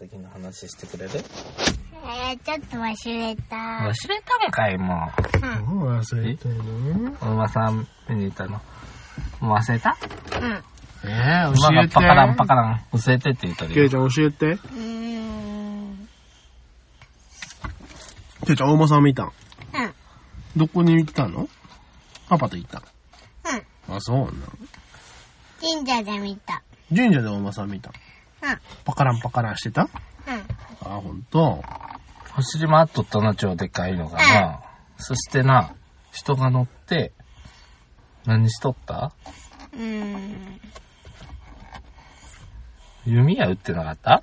時の話してくれるえー、ちょっと忘忘れれた。たのかい、もうん。もう忘れたのう。お馬さん見に行ったの。もう忘れたうん。えー、馬教えがて。パカランパカラン忘れてって言ったケりイ。ちゃん教えて。うーん。ケイちゃん、大間さん見たんうん。どこに行ったのパパと行ったうん。あ、そうなん神社で見た。神社で大間さん見たんうパカランパカランしてたん。うん。あ、ほんと。走り回っとったな、超でかいのがな。そしてな、人が乗って、何しとったうーん。弓矢撃ってなかった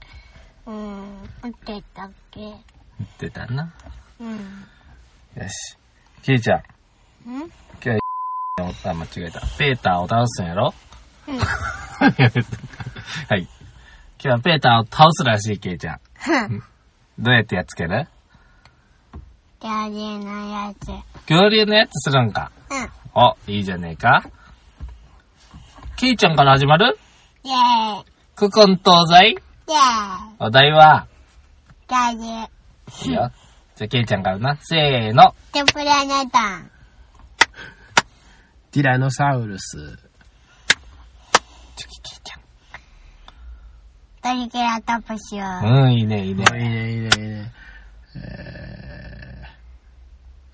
うん。打ってたっけ撃ってたな。うん。よし。ケイちゃん、うんおった間違えた。ペーターを倒すんや ろうん。はい。今日はペーターを倒すらしい、ケイちゃん。どうやってやっつける恐竜のやつ。恐竜のやつするんか。うん。お、いいじゃねえか。ケイちゃんから始まるイェーイ。古今東西イェーイ。お題は、恐竜。いいよ。じゃあ、ケイちゃんからな。せーの。テプラネタン。ティラノサウルス。チョキケイちトリケラトプスを。ゃん。うん、いいね、いいね。いいね、いいね、いいね。え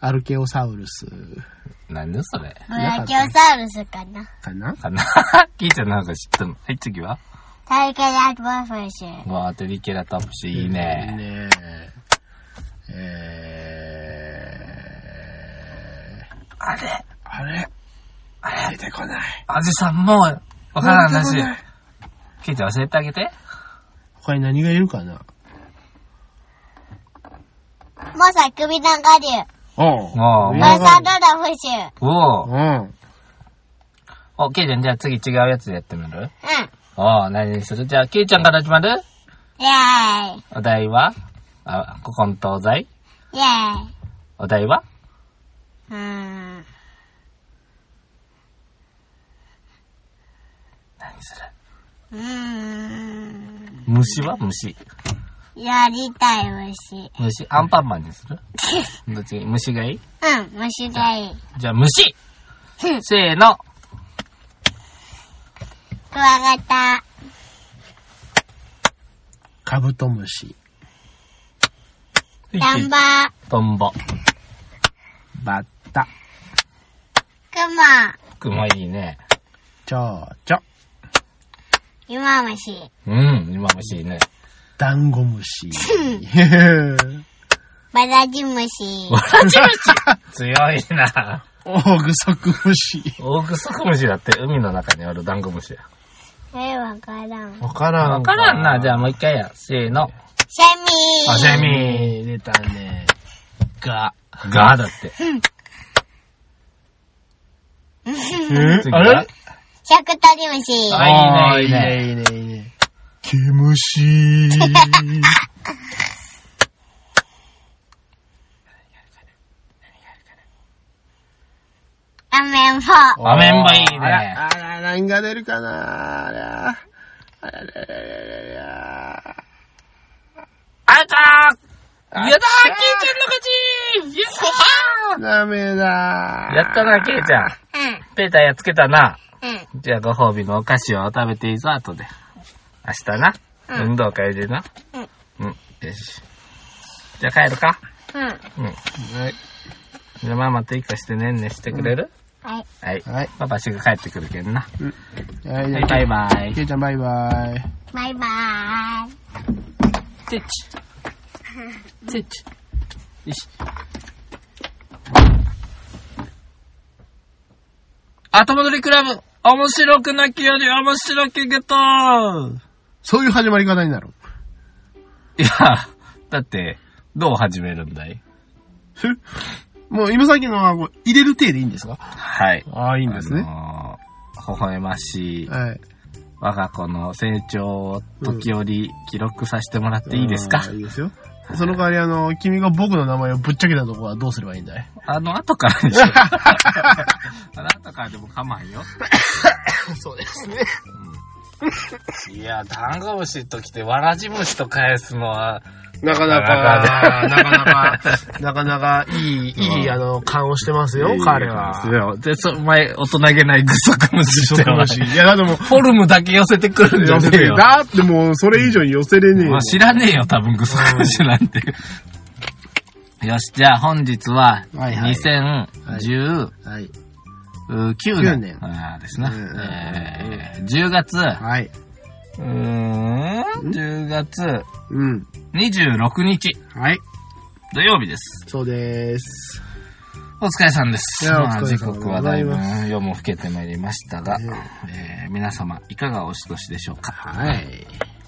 ー、アルケオサウルスなんでそれブラキオサウルスかな。かなかな ケイちゃんの方が知ったの。はい、次はトリケラトプス。うわー、トリケラトプス、いいいいね。ね。えー、あれあれあれ出てこない。おじさん、もう、わからんらしい。ケイちゃん教えてあげて。他に何がいるかなモサクビナガリュウ。おううんん。マサドラフシュ。おうお。ん。お、ケイちゃん、じゃあ次違うやつでやってみるうん。おー、何にするじゃあ、ケイちゃんから始まるイェーイ。お題はあ、古今東西イェーイ。お題はうーん。何するうーん。虫は虫。やりたい虫。虫、アンパンマンにするどっちがいい虫がいいうん、虫がいい。じゃあ、虫うんせーのクワガタ。カブトムシ。ダンバー。トンボ。バッタ。クマ。クマいいね。チョウチョ。イマムシ。うん、今虫いいね。ダンゴムシ。バラジムシ。わらじ虫 強いな。オオグソクムシ。オオグソクムシだって海の中におるダンゴムシや。え、わからん。わからん。わからんな。じゃあもう一回や。せーの。セミ。あ、セミ。えー、出たね。ガ。ガだって。え次あはれ シャクトリムシ。ああいいねいいね、いいね、いいね。毛虫。アメン ボ。アメンボいいねあら、あら、何が出るかなあら、あらららららあいたーやだーケイちゃんの勝ちら。ダメだやったな、ケイちゃん。うペーターやっつけたな。ん。うん。じゃあご褒美のお菓子を食べていいぞ、後で。明日な。うん運動会でな。うん。よし。じゃあ帰るか。うん。うん。はい。じゃあママと一個してねんねしてくれる、はい。はい。はい。パパすぐ帰ってくるけんな。はい、はい、バイバイ。ケイちゃんバイバイ。バイバーイ。チッチ。チッチ。よし。後戻りクラブ、面白くなきより面白きゲットそういう始まり方になる。いや、だって、どう始めるんだいふもう今さっきのはこう入れる体でいいんですかはい。ああ、いいいんですね。あのー微笑ましいはい。我が子の成長を時折記録させてもらっていいですか、あーいいですよ。その代わり、あの、君が僕の名前をぶっちゃけたとこはどうすればいいんだいあの後からでし ょ。あの後からでも構わんよ。 そうですね。うんいや、ダンゴムシと来て、わらじ虫と返すのは、なかなか、なかなか、なかなかいい、いい、あの、勘をしてますよ、彼は。は。で、その前、大人げないグソクムシして食ま虫しいや、だっても う、フォルムだけ寄せてくるんじゃね寄せ えてよ。だってもう、それ以上に寄せれねえまよあ、。知らねえよ、多分グソクムシなんて。よし、じゃあ本日は、はいはい2019はい。年年あーですな、うんうんうんえー10月、はい。うーん、10月うん。 26日はい。土曜日です。そうです。お疲れさんです。いやまあお疲時れ様で刻ごはざだいいぶます夜も更けてまいりましたが、えー皆様、いかがお過ごしでしょうか。はい。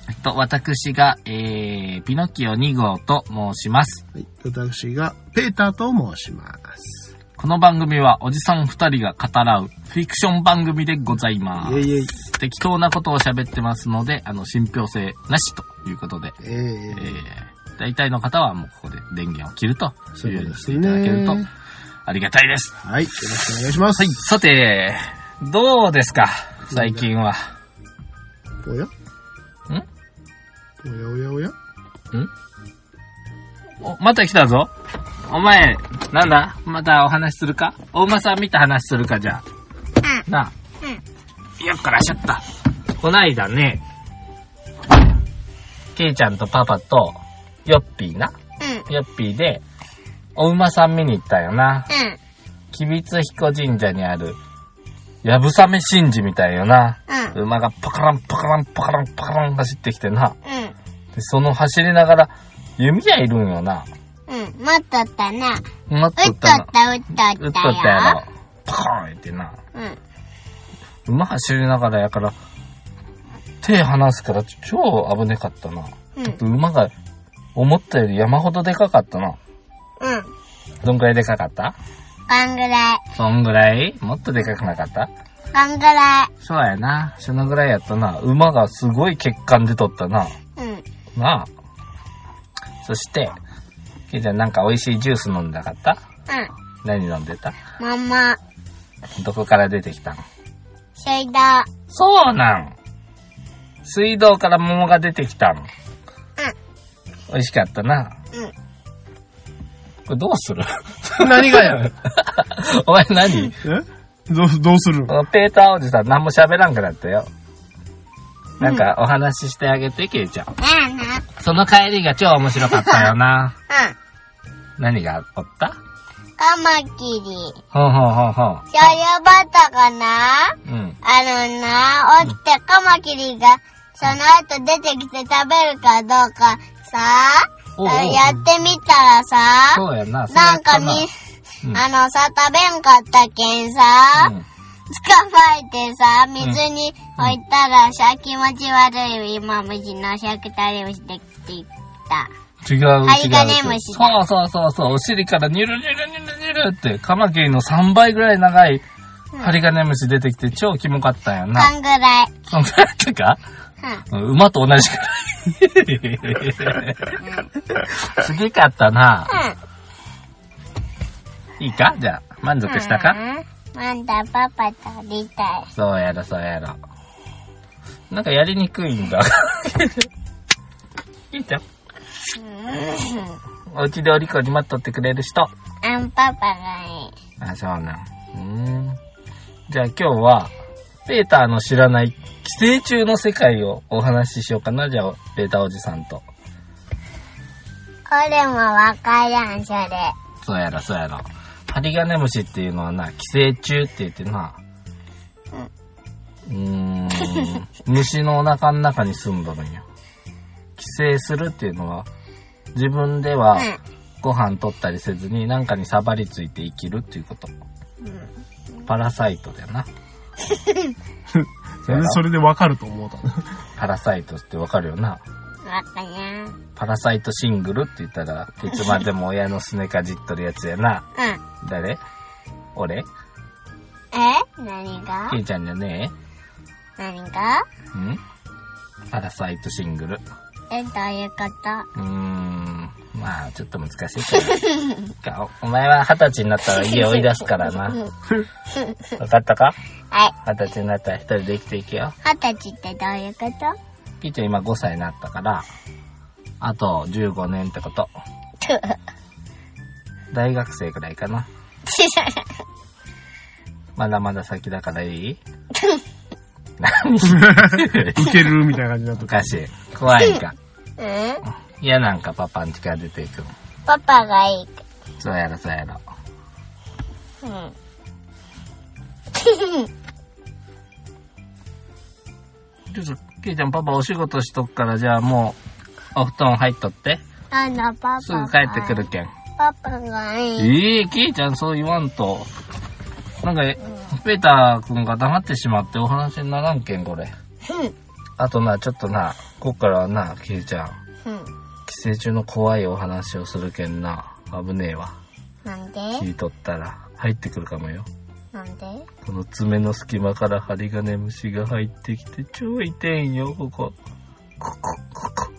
えっと、私が、えー、ピノキオ2号と申します。私が、ペーターと申します。この番組はおじさん2人が語らうフィクション番組でございまいえす。いえい。適当なことを喋ってますので、あの、信憑性なしということで、えええー、大体の方はもうここで電源を切るとそいうういうようにことでしすてねいただけるとありがたいです。はい。よろしくお願いしまはい、す。さて、どうですか最近は。おやんおやおやおやお、また来たぞ。お前、なんだまたお話しするかお馬さん見た話するかじゃあ。なあ。よっこらしゃった。こないだね、ケイちゃんとパパと、ヨッピーな。うん。ヨッピーで、お馬さん見に行ったよな。うん。吉備津彦神社にある、やぶさめ神事みたいよな。うん。馬がパカランパカランパカランパカラン走ってきてな。うん。で、その走りながら、弓矢いるんよな。うん。持っとったな。なっ打とっとっったな。た、打っとったよ。撃っとったやろ。パコーンってな。うん。馬走りながらやから、手離すから超危ねかったな。うん。馬が思ったより山ほどでかかったな。うん。どんくらいでかかったこんぐらい。そんぐらいもっとでかくなかったこんぐらそうやな。そのぐらいやったな。馬がすごい血管出とったな。い。うん。なあ。そして、ケイちゃんなんか美味しいジュース飲んでなかったう何飲んでたん。まんま。どこから出てきたん水道。そうなん。水道から桃が出てきたの。美味しかったな。うん。うん。これどうする 何がやお前何えどう、どうするこのペーターおじさん何も喋らんくなったよ。なんかお話ししてあげて、ケイちゃん。なあな。その帰りが超面白かったよな。うん。何がおったカマキリ。ほうほうほうほう。醤油バタかなうん。あのな、おってカマキリが、その後出てきて食べるかどうかさ、おうおうやってみたらさ、そうやな。なんかみ、うんあのさ、食べんかったけんさ、うん捕まえてさ、水に置いたらさ、気持ち悪い今虫のシャクタリムシできてた。違う、違う。針金虫そうそうそうそう。お尻からニュルニュルニュルニュルって、カマキリの3倍ぐらい長い針金虫出てきて超キモかったよな。こんぐらい。そんなやつかううん馬と同じくらい。すげかったな。ん。いいかじゃあ、満足したかうんまだパパとりたい。そうやろ、そうやろ。なんかやりにくい んだ。いいじゃん。うんおうちでお利口に待っとってくれる人。あんパパがいい。あ、そうなん。うーん。じゃあ今日は、ペーターの知らない寄生虫の世界をお話ししようかな。じゃあ、ペーターおじさんと。これもわからん、それ。そうやろ、そうやろ。ハリガネムシっていうのはな、寄生虫って言ってな、うーん、虫のお腹の中に住んどるんよ。寄生するっていうのは、自分ではご飯取ったりせずに、なんかにサバりついて生きるっていうこと。パラサイトだ よな。そうやろそれでわかると思う たの。パラサイトってわかるよな。うん。わからん。うん。パラサイトシングルって言ったら、いつまでも親のすねかじっとるやつやな。誰俺え何がケイちゃんじゃねえ何がうんパラサイトシングル。え、どういうことうーん。まあ、ちょっと難しいからお。お前は二十歳になったら家追い出すから な。わかったかはい。二十歳になったら一人で生きていけよ。二十歳ってどういうこと ピーちゃん今5歳になったから、あと15年ってこと。大学生くらいかな。まだまだ先だからいい何いけるみたいな感じだおと。かしい。怖いんか。うん嫌なんかパパん家から出ていくの。パパがいい。そうやろそうやろ。うん。ちょっと、ケイちゃんパパお仕事しとくから、じゃあもう、お布団入っとって。 あの、パパ。すぐ帰ってくる。けん。パパがいい。ええー、ケイちゃんそう言わんと。なんか、ペーターくんが黙ってしまってお話にならんけん、これ。あとな、ちょっとな、こっからはな、ケイちゃん、うん。寄生虫の怖いお話をするけんな。危ねえわ。なんで聞いとったら、入ってくるかもよ。なんでこの爪の隙間から針金虫が入ってきて、超痛いんよ、ここ。ここ、ここ。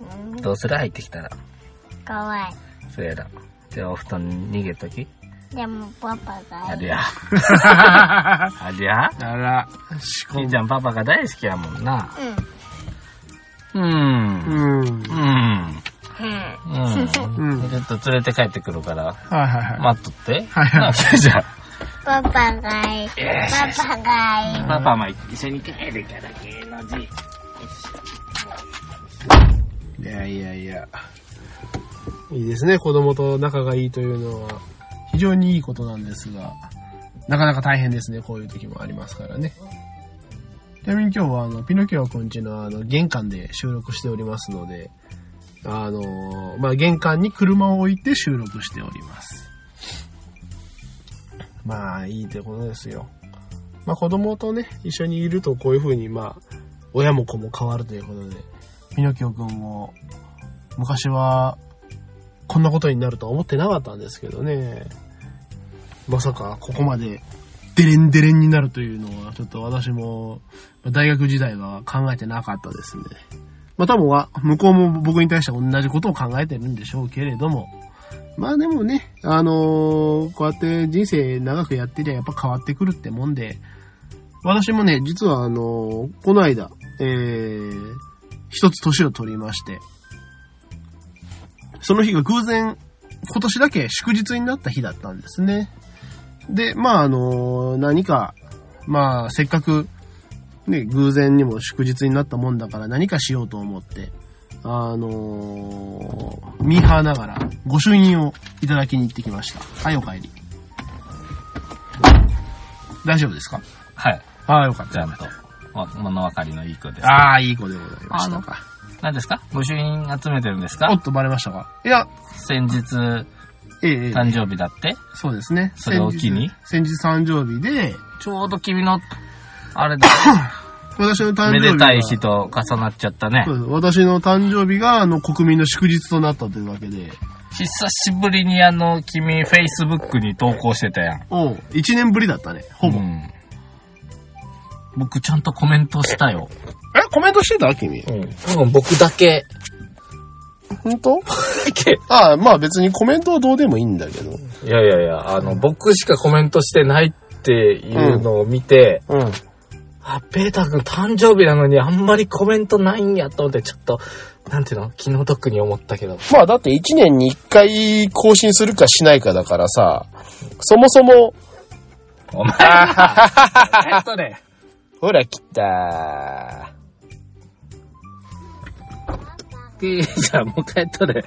うん。どうする入ってきたら。かわいそうやら。じゃあお布団に逃げとき。い。でも、パパがあいりい。ゃ。ありゃ。あら、キーちゃんパパが大好きやもんな。うん。うーん。うん。うーん。うん。うん。うんちょっと連れて帰ってくるから、はいはいはい。待っとって。はいはいなあキーちゃん。パパがいい。よしパパがいい。パパも一緒に帰るから、芸能人。いやいやいや。いいですね、子供と仲がいいというのは。非常にいいことなんですが、なかなか大変ですね、こういう時もありますからね。ちなみに今日は、あの、ピノキオくんちの、あの、玄関で収録しておりますので、あの、まあ、玄関に車を置いて収録しております。まあ、いいってことですよ。まあ、子供とね、一緒にいるとこういう風に、まあ、親も子も変わるということで、ピノキオくんも、昔は、こんなことになるとは思ってなかったんですけどね。まさか、ここまで、デレンデレンになるというのは、ちょっと私も、大学時代は考えてなかったですね。まあ多分は、向こうも僕に対して同じことを考えてるんでしょうけれども、まあでもね、あのーこうやって人生長くやってりゃやっぱ変わってくるってもんで、私もね、実はあのーこの間、えー、一つ年を取りまして、その日が偶然、今年だけ祝日になった日だったんですね。で、まああの、何か、まあせっかく、ね、偶然にも祝日になったもんだから何かしようと思って、あのミーハーながら御朱印をいただきに行ってきました。はい、お帰り。大丈夫ですかはい。ああ、よかっちゃた。んと、わ物分かりのいい子です。ああ、いい子でございましたか。何ですか御朱印集めてるんですおかっと、バレましたかいや、先日、ええええ、誕生日だってそうですね。それを機に先日先日誕生日で、ちょうど君の、あれだ、私の誕生日がめでたい日と重なっちゃったねそ。うです私の誕生日が、あの、国民の祝日となったというわけで、久しぶりにあの、君、Facebook に投稿してたやん。おう、1年ぶりだったね、ほぼ。うえ、ん僕ちゃんとコメントしたよ。コメントしてた君。うん。多分僕だけ。本当ああ、まあ別にコメントはどうでもいいんだけど。いやいやいや、あの、僕しかコメントしてないっていうのを見て、うん。あ、ペーター君誕生日なのにあんまりコメントないんやと思って、ちょっと、なんていうの気の毒に思ったけど。まあだって1年に1回更新するかしないかだからさ、そもそも、お前は、えっとね。ほら来たいいじゃん、もう帰っとれ。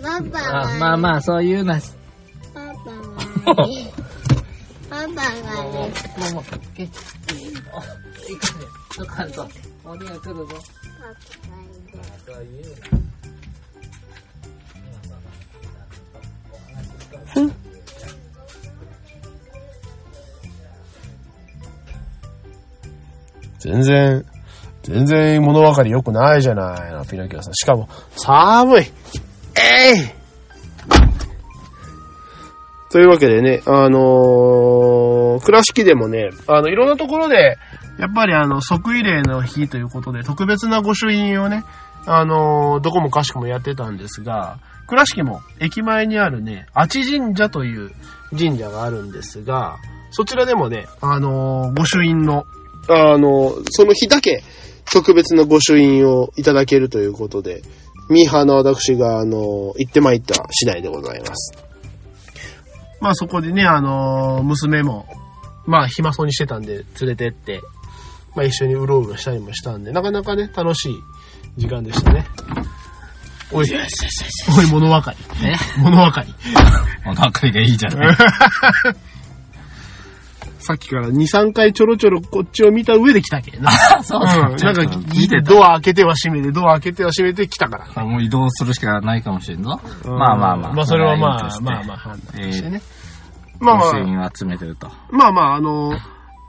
パパがいあい。まあまあ、そういうな。パパがい い。パパがいい。もう、もう、けいいよいかね。どっかんと。鬼が来るぞ。パパがいい。全然、全然物分かり良くないじゃないの、ピノキオさん。しかも、寒いえいというわけでね、あのー倉敷でもね、あの、いろんなところで、やっぱりあの、即位礼の日ということで、特別な御朱印をね、あのーどこもかしこもやってたんですが、倉敷も駅前にあるね、あち神社という神社があるんですが、そちらでもね、あのー御朱印の、あのーその日だけ、特別な御朱印をいただけるということで、ミーハーの私が、あの、行ってまいった次第でございます。まあそこでね、あの、娘も、まあ暇そうにしてたんで連れてって、まあ一緒にうろうろしたりもしたんで、なかなかね、楽しい時間でしたね。おい、おい、物分かり。え物分かり。お腹がいいじゃない。さっきから2、3回ちょろちょろこっちを見た上で来たけどな。そううん、 なんか聞いて、ドア開けては閉めて、ドア開けては閉めて来たから。もう移動するしかないかもしれんぞ。まあまあまあ。まあそれはまいいとあしてまあまあ判断してね。まあ御ま朱あ、印を集めてると。まあまあ、あの、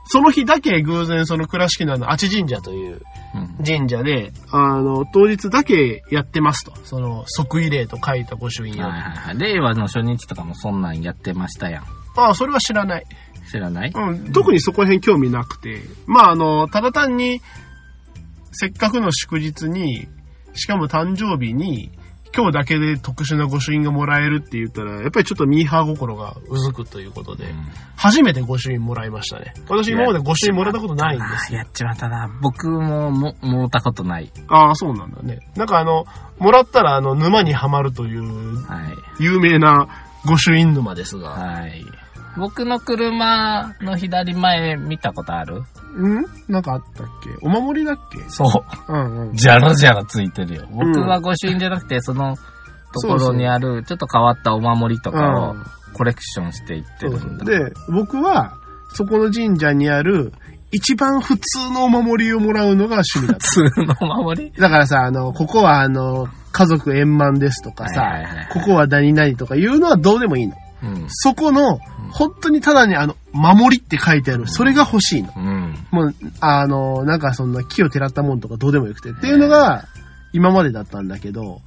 その日だけ偶然その倉敷のあの、あち神社といううん神社で、あの、当日だけやってますと。その、即位礼と書いた御朱印はを。いはいはい。令和の初日とかもそんなんやってましたやん。ああ、それは知らない。知らないうん、特にそこら辺興味なくて。まああの、ただ単に、せっかくの祝日に、しかも誕生日に、今日だけで特殊な御朱印がもらえるって言ったら、やっぱりちょっとミーハー心がうずくということで、うん初めて御朱印もらいましたね。私今まで御朱印もらったことないんですあーやっちまったな。僕も、も、もうたことない。ああ、そうなんだね。なんかあの、もらったらあの、沼にはまるという、はい。有名な御朱印沼ですが。はい。僕の車の左前見たことあるんなんかあったっけお守りだっけそう。うんうん。ジャラジャラついてるよ。僕は御朱印じゃなくて、そのところにある、ちょっと変わったお守りとかをうんコレクションしていってるんだ。で、僕は、そこの神社にある、一番普通のお守りをもらうのが趣味だっ普通のお守りた。だからさ、あの、ここはあの、家族円満ですとかはいさはいはいはい、ここは何々とかいうのはどうでもいいの。うん。そこの、本当にただにあの、守りって書いてある、それが欲しいの。うん。もう、あの、なんかそんな木をてらったもんとかどうでもよくてっていうのが、今までだったんだけど、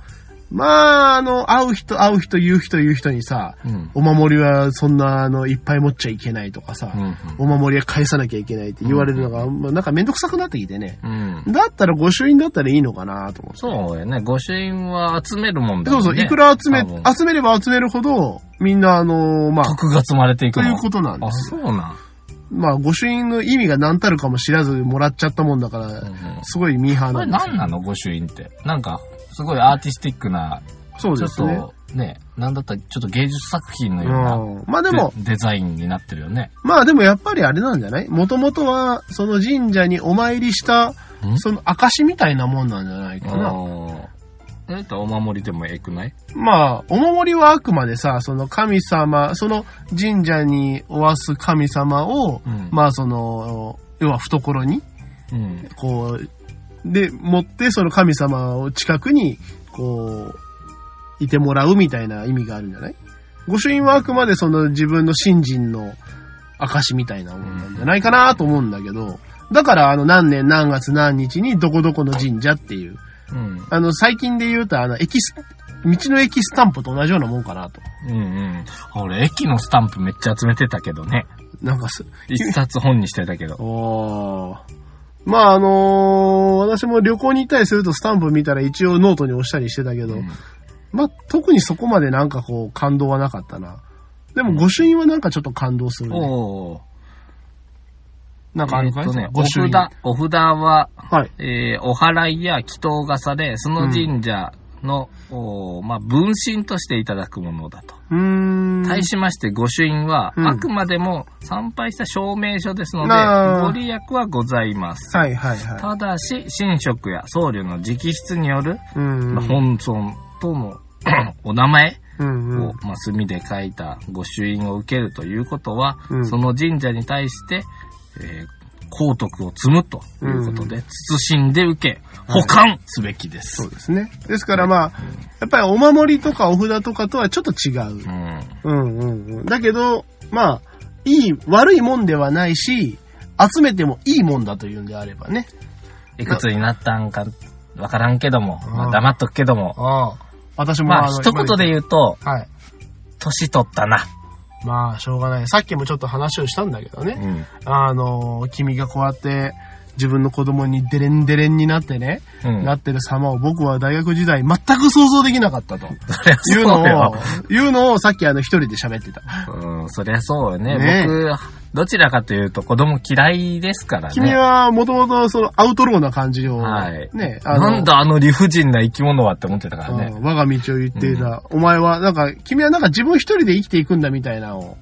まあ、あの、会う人、会う人、言う人、言う人にさ、うん。お守りはそんな、あの、いっぱい持っちゃいけないとかさう、ん。お守りは返さなきゃいけないって言われるのが、まあなんかめんどくさくなってきてね。うん。だったら御朱印だったらいいのかなと思って。そうやね。御朱印は集めるもんだそもうね。んそう、いくら集め多分、集めれば集めるほど、みんな、あの、まあ、徳が積まれていくとのいうことなんであ、すそよ。うなん。まあ、御朱印の意味が何たるかも知らずもらっちゃったもんだから、うんすごいミーハーこなれんですよ何なの御朱印って。なんか、すごいアーティスティックな、そうちょでっすね。と、ね、なんだったらちょっと芸術作品のうような。ん、まあでも、デデザインになってるよね。まあでもやっぱりあれなんじゃないもともとは、その神社にお参りした、んその証みたいなもんなんじゃないかな。えっと、お守りでもえくないまあ、お守りはあくまでさ、その神様、その神社におわす神様を、うんまあその、要は懐に、うん。こう、で、持ってその神様を近くに、こう、いてもらうみたいな意味があるんじゃない御朱印はあくまでその自分の信心の証みたいなもんなんじゃないかなと思うんだけど、だからあの何年何月何日にどこどこの神社っていう、うん。あの最近で言うとあのエキス、道のエキスタンプと同じようなもんかなと。うんうん。俺、駅のスタンプめっちゃ集めてたけどね。なんかす、一冊本にしてたけど。おーまああのー私も旅行に行ったりするとスタンプ見たら一応ノートに押したりしてたけど、うんまあ、特にそこまでなんかこう、感動はなかったな。でも、御朱印はなんかちょっと感動するね。おお。なんかあるかい、えーっとね、御お朱印。札、お札は、はい。えーお祓いや祈祷がされ、その神社の、おーまあ、分身としていただくものだと。うーん。対しまして御朱印は、うんあくまでも参拝した証明書ですので、なあご利益はございます。はいはいはただし、神職や僧侶の直筆による、い。うん。まあ本尊との お名前うんを、うん。まあ、墨で書いた御朱印を受けるということは、うんその神社に対して、えー功徳を積むということで、慎んで受け、保管すべきです。そうですね。ですからまあ、やっぱりお守りとかお札とかとはちょっと違う。うんうんうんうん。だけど、まあ、いい、悪いもんではないし、集めてもいいもんだというんであればね。いくつになったんか、わからんけども、まうあ、ん黙っとくけども、ああ。私もまあ、の一言で言うと、はい。年取ったな、まあ、しょうがない。さっきもちょっと話をしたんだけどね。うん。あの、君がこうやって自分の子供にデレンデレンになってね、うんなってる様を僕は大学時代全く想像できなかったと。いう のそうよを、いうのをさっきあの一人で喋ってた。うん、そりゃそうよね。ね僕、どちらかというと子供嫌いですからね。君はもともとそのアウトローな感じを、はいね、あのなんだあの理不尽な生き物はって思ってたからね。うん我が道を言っていた、お前は、なんか、君はなんか自分一人で生きていくんだみたいなのを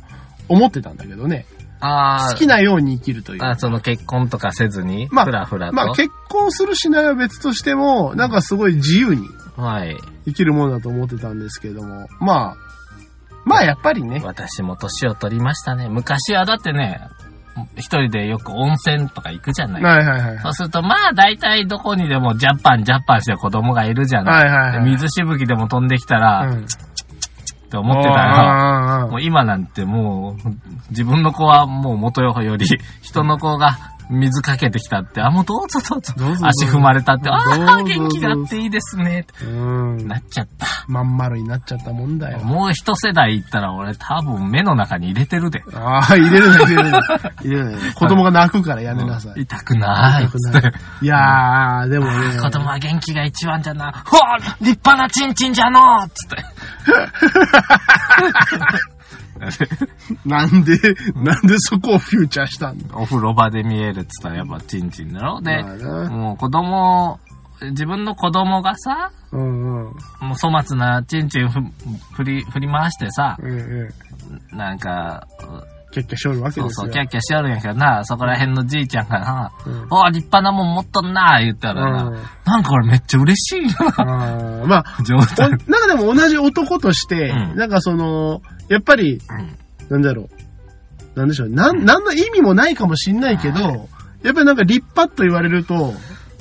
思ってたんだけどね。あ好きなように生きるという。あ、あその結婚とかせずに、まあふらふらと。まあ結婚するしないは別としても、なんかすごい自由にはい。生きるものだと思ってたんですけども、まあ、まあやっぱりね、私も年を取りましたね。昔はだってね、一人でよく温泉とか行くじゃない。はいはいはい。そうすると、まあ、大体どこにでもジャッパンジャッパンして子供がいるじゃない。はいはいはい。で水しぶきでも飛んできたら、うっんて思ってたら、あーあーあーもう今なんてもう、自分の子はもう元よより、人の子が水かけてきたって、あ、もうどうぞどうぞ、どうぞどうぞ足踏まれたって、あどうあ、ぞ元気があっていいですね、うんな。っちゃった。まん丸になっちゃったもんだよ。もう一世代いったら俺多分目の中に入れてるで。ああ、入れるな、入れるな。入れるな。子供が泣くからやめなさい。痛くないっつって。いやー、でもね。子供は元気が一番じゃな。ほう立派なチンチンじゃのうつって。なんで、なんでそこをフューチャーしたんだお風呂場で見えるっつったらやっぱチンチンだろで、まあなもう子供、自分の子供がさ、うんうん。もう粗末なチンチンふ振り、振り回してさ、うんうん。なんか、キャッキャしょるわけそうですそよ。う、キャッキャしよるんやけどな、そこら辺のじいちゃんがな、うんお立派なもん持っとんな、言ったらな、うんなんか俺めっちゃ嬉し いな、あーま あ、状おな態ん。かでも同じ男として、うんなんかその、やっぱり、なんだろう。なんでしょう。なん、なんの意味もないかもしんないけど、やっぱりなんか立派と言われると、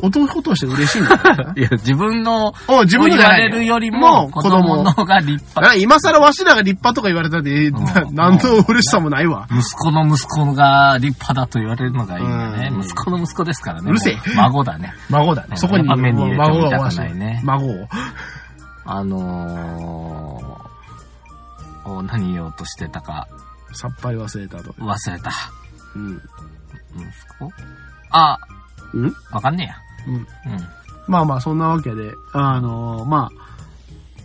男として嬉しいんだよな いや、自分の、お自分の言じゃわないれるよりも、子供の。方が立派。あ今更わしらが立派とか言われたって、うんなんと嬉しさもないわ。息子の息子が立派だと言われるのがいいよね。うん息子の息子ですからね。うるせえも孫だね。孫だうね。んそこに、やっぱ目に入れて孫もが痛わくしないね孫を。 あのー、お何言おうとしてたかさっぱり忘れたと。忘れた。うん。息子あ、うんわかんねうん。えや。うん。まあまあ、そんなわけで、あのーまあ、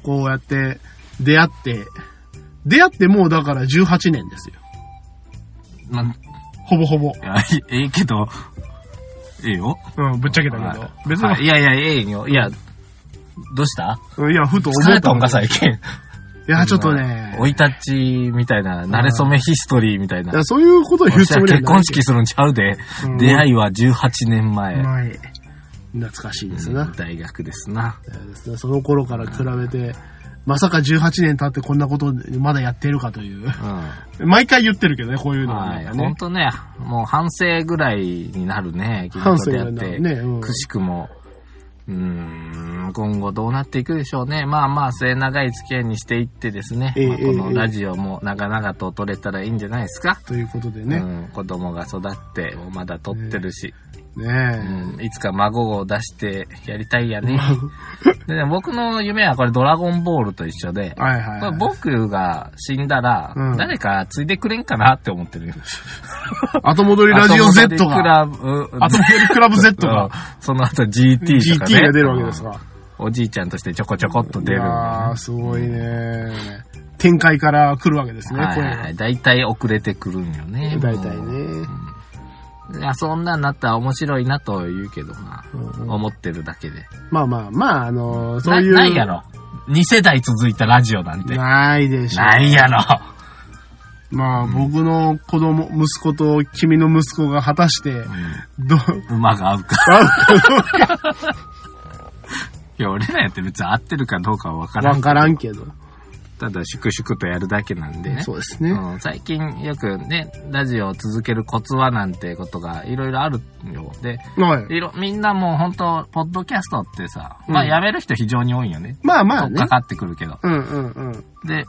こうやって出会って、出会ってもうだから18年ですよ。まあ、ほぼほいぼ。やええけど、ええよ。うん、ぶっちゃけたけどは。別いはいに、いやいや、ええよ。いや、どうしたうんいや、ふと疲思れったたのんか、最近。いや、ちょっとね、生い立ちみたいな、慣れ初めヒストリーみたいな。いやそういうことを言う私つもはり結はない婚式するんちゃうでうん。出会いは18年前。ない。懐かしいですな。大学ですな。そうですねその頃から比べて、まさか18年経ってこんなことをまだやってるかという。う。毎回言ってるけどね、こういうんのははい。なんかほんね。とね、もう半生ぐらいになるね、君半と生出会なんっだて。ね。うんくしくも、うーん、今後どうなっていくでしょうね。まあまあ、末長い付き合いにしていってですね、ええまあこえのえラジオも長々と撮れたらいいんじゃないですか。ということでうね。ん、子供が育って、もうまだ撮ってるし、うねん、いつか孫を出してやりたいやえ。ね。でね僕の夢はこれドラゴンボールと一緒で、はいはいこはれい。僕が死んだらうん、誰か継いでくれんかなって思ってるよ。後戻りラジオ Z クが、ラブ、後戻りクラブ Z うがん、その後 GT とか、ね。 GT が出るわけですか。おじいちゃんとしてちょこちょこっと出る。ああ、すごいね。展開から来るわけですね、はい声はいがはい。大体遅れてくるんよね。大体ね。もう。いや、そんなんなったら面白いなと言うけどな。うんうん思ってるだけで。まあまあまあ、あのー、そういう。なないや。ろ。2世代続いたラジオなんて。ないでしょ。ないやろ。まあ、僕の子供、息子と君の息子が果たして、 ど、馬が合うか。わいや、俺らやって別に合ってるかどうかは分からわん。からんけど。ただ、粛々とやるだけなんでね。そうですね。うん、最近よくね、ラジオを続けるコツはなんてことがいろいろあるよ。で、はい。いろ、みんなもう本当ポッドキャストってさ、うんまあやめる人非常に多いよね。まあまあ取っねか。かってくるけど。うんうんうん。で、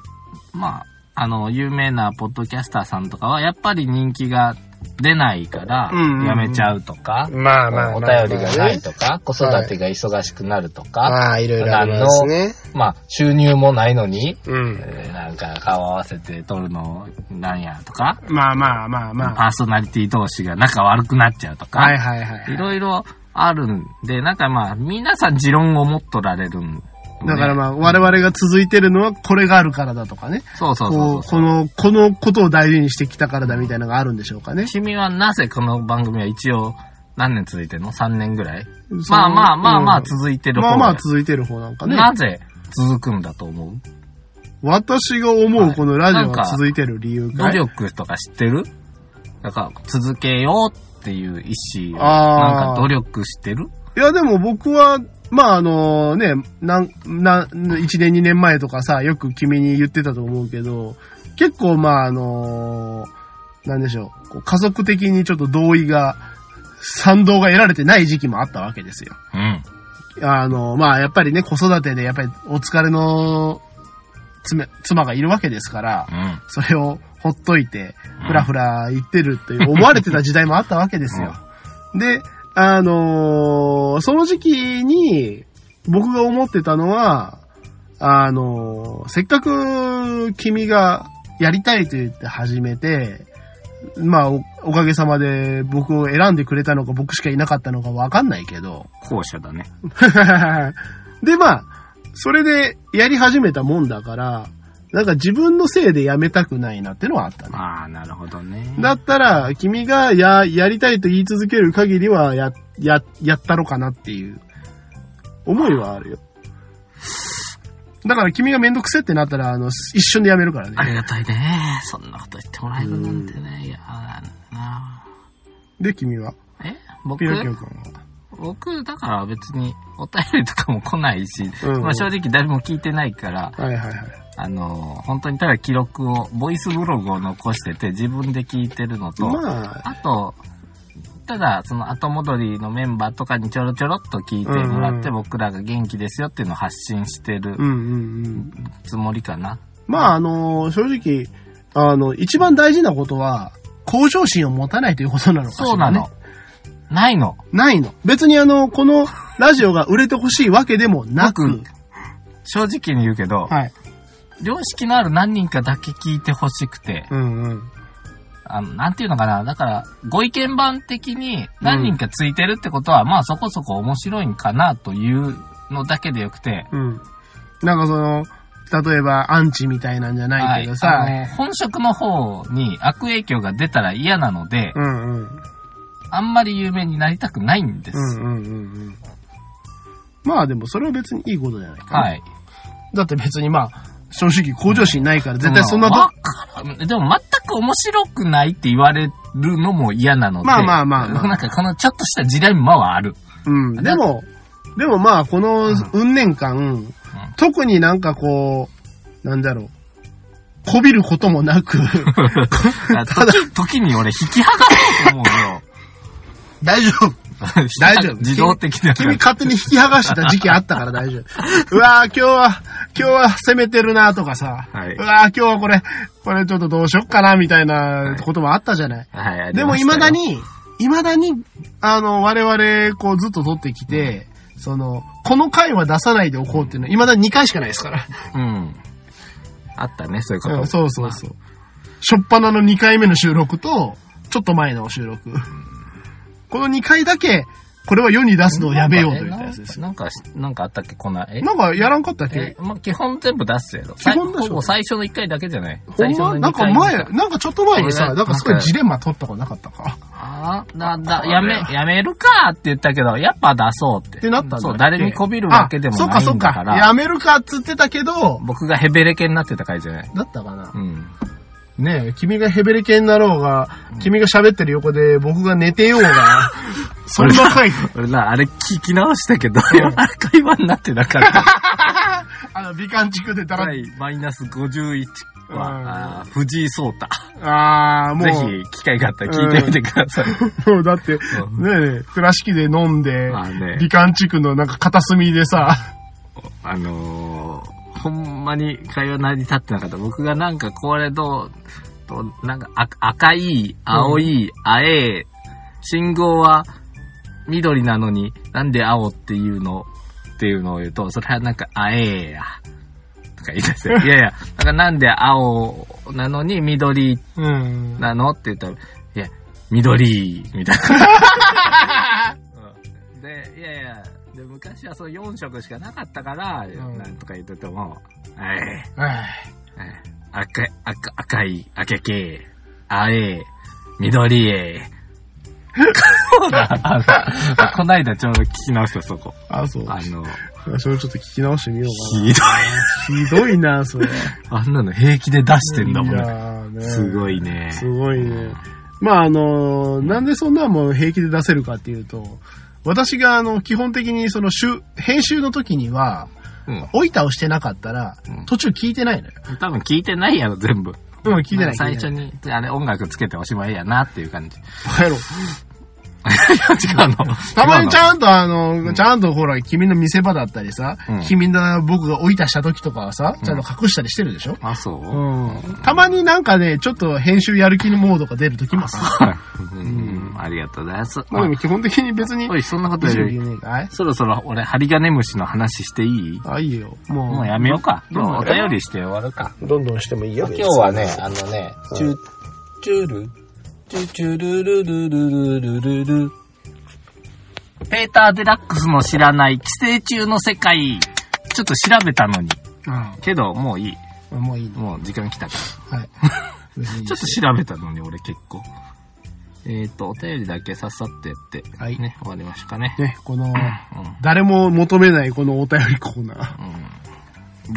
まあ、あの、有名なポッドキャスターさんとかは、やっぱり人気が出ないからうんうんうんやめちゃうとか、まあまあまあおまあね便りがないとか、子育てが忙しくなるとか、まあ、いろいろありますね。まあ収入もないのに、うん。えーなんか顔合わせて撮るのなんやとか、まあまあまあまあ。パーソナリティ同士が仲悪くなっちゃうとか、はいいはいはい。ろいろあるんで、なんかまあ皆さん持論を持っとられるん、だからまあ、我々が続いてるのはこれがあるからだとかね。あ、そうそうそこうう、そこう。の、このことを大事にしてきたからだみたいなのがあるんでしょうかね。君はなぜこの番組は一応何年続いてんの ?3 年ぐらいそのまあまあまあまあうん続いてる方まあまあだ続いてる方なんかね。なぜ続くんだと思う私が思うこのラジオはいなんがか続いてる理由努が。力とか知ってるだから続けようっていう意思を、あーなんか努力してるいやでも僕は、まああのね、なん、なん、1年2年前とかさ、よく君に言ってたと思うけど、結構まああのなんでしょう、こう家族的にちょっと同意が、賛同が得られてない時期もあったわけですよ。うん。あの、まあ、やっぱりね、子育てで、やっぱりお疲れの妻妻がいるわけですから、うん。それをほっといて、うんふらふら言ってるという、思われてた時代もあったわけですよ。で、あのーその時期に、僕が思ってたのは、あのーせっかく君がやりたいと言って始めて、まあお、おかげさまで僕を選んでくれたのか、僕しかいなかったのかわかんないけど、後者だね。 で、まあ、それでやり始めたもんだから、なんか自分のせいでやめたくないなってのはあったね。ああ、なるほどね。だったら、君がや、やりたいと言い続ける限りは、や、や、やったろかなっていう、思いはあるよ。だから君がめんどくせってなったら、あの、一瞬でやめるからあね。りがたいね。そんなこと言ってもらえるなんてね。いやーなで、君は。ーえ僕ピノキオ君は。僕、だから別にお便りとかも来ないし、うんまあ正直誰も聞いてないから、はいはいはい。あのー、本当にただ記録を、ボイスブログを残してて自分で聞いてるのと、まあ、あと、ただ、その後戻りのメンバーとかにちょろちょろっと聞いてもらって、うん僕らが元気ですよっていうのを発信してるうんうんうん。つもりかな。まあ、あの、正直、あの、一番大事なことは、向上心を持たないということなのかしら、ね。そうなの。。ないの。ないの。別にあの、このラジオが売れてほしいわけでもなく、僕正直に言うけど、はい。良識のある何人かだけ聞いてほしくて、うんうん。あの、なんていうのかな。だから、ご意見版的に何人かついてるってことは、まあそこそこ面白いんかなというのだけでよくて、うん。なんかその、例えばアンチみたいなんじゃないけどさ、はいあの本職の方に悪影響が出たら嫌なので、うんうん。あんまり有名になりたくないんです。うんうんうんうん。まあでもそれは別にいいことじゃないかな。はい。だって別にまあ、正直向上心ないから絶対そんなと、わからんでも全く面白くないって言われるのも嫌なので。まあまあまあまあなんかこのちょっとした時代もはあ る。うん。でも、でもまあ、この運年間、特になんかこう、なんだろう、こびること もなく、あ 時時に俺引き剥がそうと思う大丈夫。よ。 大丈夫自動的な。君勝手に引き剥がしてた時期あったから大丈 夫。うわー今日は、今日は攻めてるなとかさ、はいうわー今日はこれ、これちょっとどうしよっかなみたいなこともあったじゃない。はい、ありでまもしたよ未だ。に、未だに、あの、我々、こうずっと撮ってきて、その、この回は出さないでおこうっていうのは、未だに2回しかないですから。うん。あったね、そういうこうと。ん、そうそうそう。初っ端の2回目の収録と、ちょっと前の収録。この2回だけ、これは世に出すのをやめようといったやつですよ。なんか、なんかあったっけこんな、えなんかやらんかったっえけ、まあ、基本全部出すやろ。基本でしょ最ほぼ最初の1回だけじゃないほ最ん初まのな2んか回前、なんかちょっと前にさ、これなんかすごいジレンマ取ったことなかったか。ああ、な、だ、やめ、やめるかって言ったけど、やっぱ出そうって。ってなったんだっけそう、誰にこびるわけでもないんだから。あそっかそっか。やめるかっつってたけど、僕がヘベレケになってた回じゃない。だったかなう。ん。ねえ、君がヘベレケになろうが、君が喋ってる横で僕が寝てようが、 そんな回。俺な、あれ聞き直したけど、あれ会話になってなか った。あの、美観地区でたら、第マイナス51うんは、あー藤井聡太。ああ、もう。ぜひ、機会があったら聞いてみてください。もうだ って、ねんえ、倉敷で飲んで、まあね美観地区のなんか片隅でさ、あのー、ほんまに会話成り立ってなかった。僕がなんかこれどう、と、なんか、あ赤い、青い、あえ、信号は緑なのに、なんで青っていうのっていうのを言うと、それはなんか、あえや。とか言い出して、いやいや、なんかなんで青なのに緑うん。なのって言ったら、いや、緑、みたい な。で、いやいや、で昔はそう4色しかなかったから、んなんとか言ってても、えはい。え赤い、赤、赤い、赤系、あえ、緑え。そうだ、あのこないだちょうど聞き直したそこ。あ、そう。あの、それちょっと聞き直してみようひどい。かな。ひどいな、それ。あんなの平気で出してんだもんいね。やーね。すごい。いね。すごいね。まあ、あのー、なんでそんなもう平気で出せるかっていうと、私があの、基本的にその、集編集の時には、うん。置いたをしてなかったらうん、途中聞いてないのよ。 多分聞いてないやろ、全部。うん、聞いてない。最聞初いてないに、あれ音楽つけておしまいやなっていう 感じ。バカ野郎違うの。たまにちうゃんとあの、んちゃんとほら、君の見せ場だったりさ、うん君の僕が置いたした時とかはさ、ちゃんと隠したりしてるでしょ、あ、そう、うん、たまになんかね、ちょっと編集やる気のモードが出る時もさ。うん、ありがとうございます。もうでも基本的に別にお、い、そんなこと以上より、言えねえかいそろそろ俺、ハリガネムシの話していいあ、いいよ。もう。もうやめようか。どんどんお便りして終わるか。どんどんしてもいいよ。今日はね、あのね、チュ、チュル、チュチュルルルルルルルル。ペーター・デラックスの知らない寄生虫の世界。ちょっと調べたのに。けど、もういい。うん。もういいの。もう時間来たから。はい。別にいいちょでっとす調べたのに、俺結構。えっ、と、お便りだけさっさってやって、はいね、終わりましたかね。ね、この、うん。誰も求めないこのお便りコーナ